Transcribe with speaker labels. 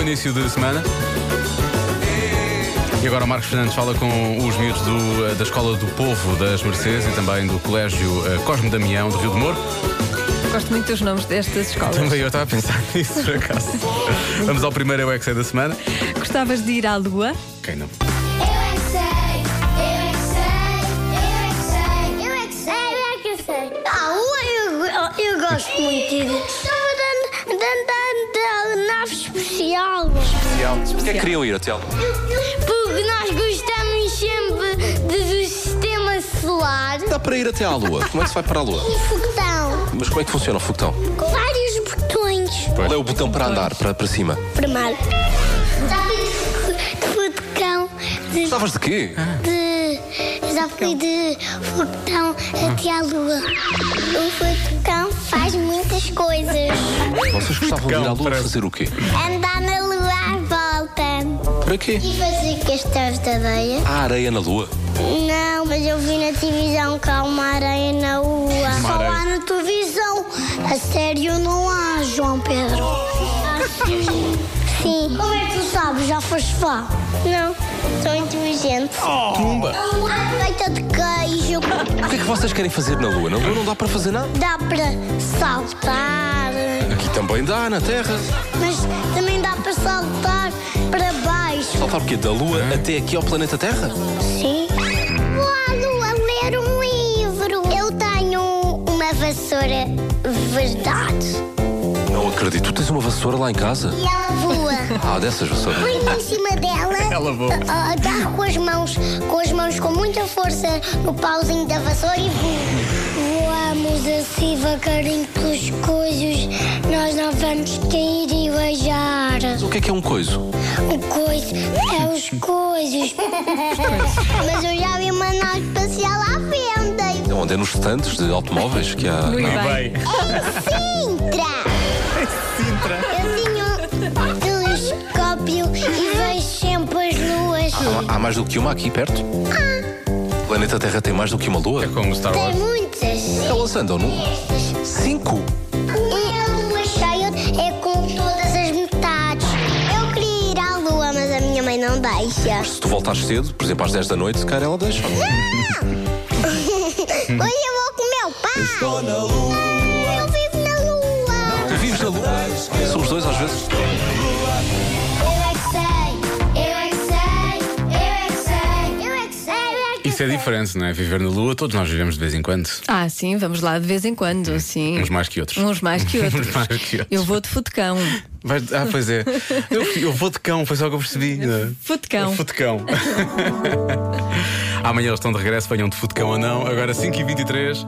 Speaker 1: início de semana. E agora o Marcos Fernandes fala com os miúdos do, eh, da Escola do Povo das Mercedes e também do Colégio eh, Cosme Damião de Rio de Moro.
Speaker 2: Gosto muito dos nomes destas escolas.
Speaker 1: Também eu estava a pensar nisso, por acaso. Vamos ao primeiro Eu É Que Sei da semana.
Speaker 2: Gostavas de ir à Lua?
Speaker 1: Quem não?
Speaker 3: Eu é que sei, eu é que sei, eu é que sei, eu é que sei, eu é que sei, eu é que sei. Ah, eu, eu, eu gosto muito disso. Estava dando, dando, nave especial.
Speaker 4: Porquê que queriam ir, Tiago?
Speaker 3: Porque nós gostamos sempre de- do sistema solar.
Speaker 4: Dá para ir até à Lua. Como é que se vai para a Lua?
Speaker 3: Um foguetão
Speaker 4: Mas como é que funciona o foguetão?
Speaker 3: com vários botões.
Speaker 4: Qual é o botão para andar, para, para cima?
Speaker 3: Primeiro. De foguetão. De,
Speaker 4: Gostavas de quê?
Speaker 3: de. Já fui de foguetão até à lua. O foguetão faz muitas coisas.
Speaker 4: Vocês gostavam de ir à Lua
Speaker 1: parece.
Speaker 4: fazer o quê?
Speaker 3: Andar na lua à volta.
Speaker 4: Para quê?
Speaker 3: E fazer castelos de areia?
Speaker 4: Há areia na Lua.
Speaker 3: Não, mas eu vi na televisão que há uma areia na rua. Só
Speaker 1: areia.
Speaker 3: há na televisão. A sério não há, João Pedro. Sim. Como é que tu sabes? Já foste lá? Não. Sou inteligente.
Speaker 1: Tumba!
Speaker 3: Feita de queijo.
Speaker 4: O que é que vocês querem fazer na Lua? Na Lua não dá para fazer nada.
Speaker 3: Dá para saltar.
Speaker 4: Aqui também dá, na Terra.
Speaker 3: Mas também dá para saltar para baixo.
Speaker 4: Saltar porque da Lua até aqui ao planeta Terra?
Speaker 3: Sim. Vou à lua ler um livro. Eu tenho uma vassoura verdade.
Speaker 4: Não acredito. Tu tens uma vassoura lá em casa?
Speaker 3: E ela voa.
Speaker 4: Ah, dessas vassouras.
Speaker 3: Põe em cima dela.
Speaker 1: Ela voa.
Speaker 3: a- Agarro com as mãos, com as mãos com muita força no pauzinho da vassoura e voo. Voamos assim devagarinho pelos coisas. Nós não vamos cair e beijar.
Speaker 4: O que é que é um coiso?
Speaker 3: O coiso é os coisas. Mas eu já vi uma nave espacial à venda.
Speaker 4: É onde é nos estantes de automóveis que há.
Speaker 2: Muito
Speaker 4: Não.
Speaker 2: bem.
Speaker 3: Sintra!
Speaker 1: Sintra!
Speaker 3: Eu tenho um telescópio e vejo sempre as luas.
Speaker 4: Há, há mais do que uma aqui perto? O planeta Terra tem mais do que uma Lua?
Speaker 1: É como Star
Speaker 3: Tem
Speaker 1: Wars.
Speaker 3: muitas.
Speaker 4: Elas andam num. Cinco?
Speaker 3: Uma lua cheia é com todas as metades. Eu queria ir à lua, mas a minha mãe não deixa.
Speaker 4: Se tu voltares cedo, por exemplo às 10 da noite, se calhar ela deixa.
Speaker 3: Hoje eu vou com meu pai. Estou na lua. Eu vivo na lua.
Speaker 4: Tu vives na lua? Somos dois às vezes.
Speaker 3: Eu é que sei. Eu é que sei. Eu é que sei. Eu é que sei. Eu que
Speaker 1: Isso é
Speaker 3: sei.
Speaker 1: diferente, não é? Viver na Lua, todos nós vivemos de vez em quando.
Speaker 2: Ah, sim, vamos lá de vez em quando, sim.
Speaker 1: Uns mais que outros.
Speaker 2: Uns mais que outros.
Speaker 1: Uns mais que outros.
Speaker 2: Eu vou de futecão.
Speaker 1: Vais- ah, pois é. Eu, eu vou de cão, foi só o que eu percebi. não é?
Speaker 2: Futecão.
Speaker 1: Futecão. Amanhã eles estão de regresso, venham de futecão ou não. Agora 5h23.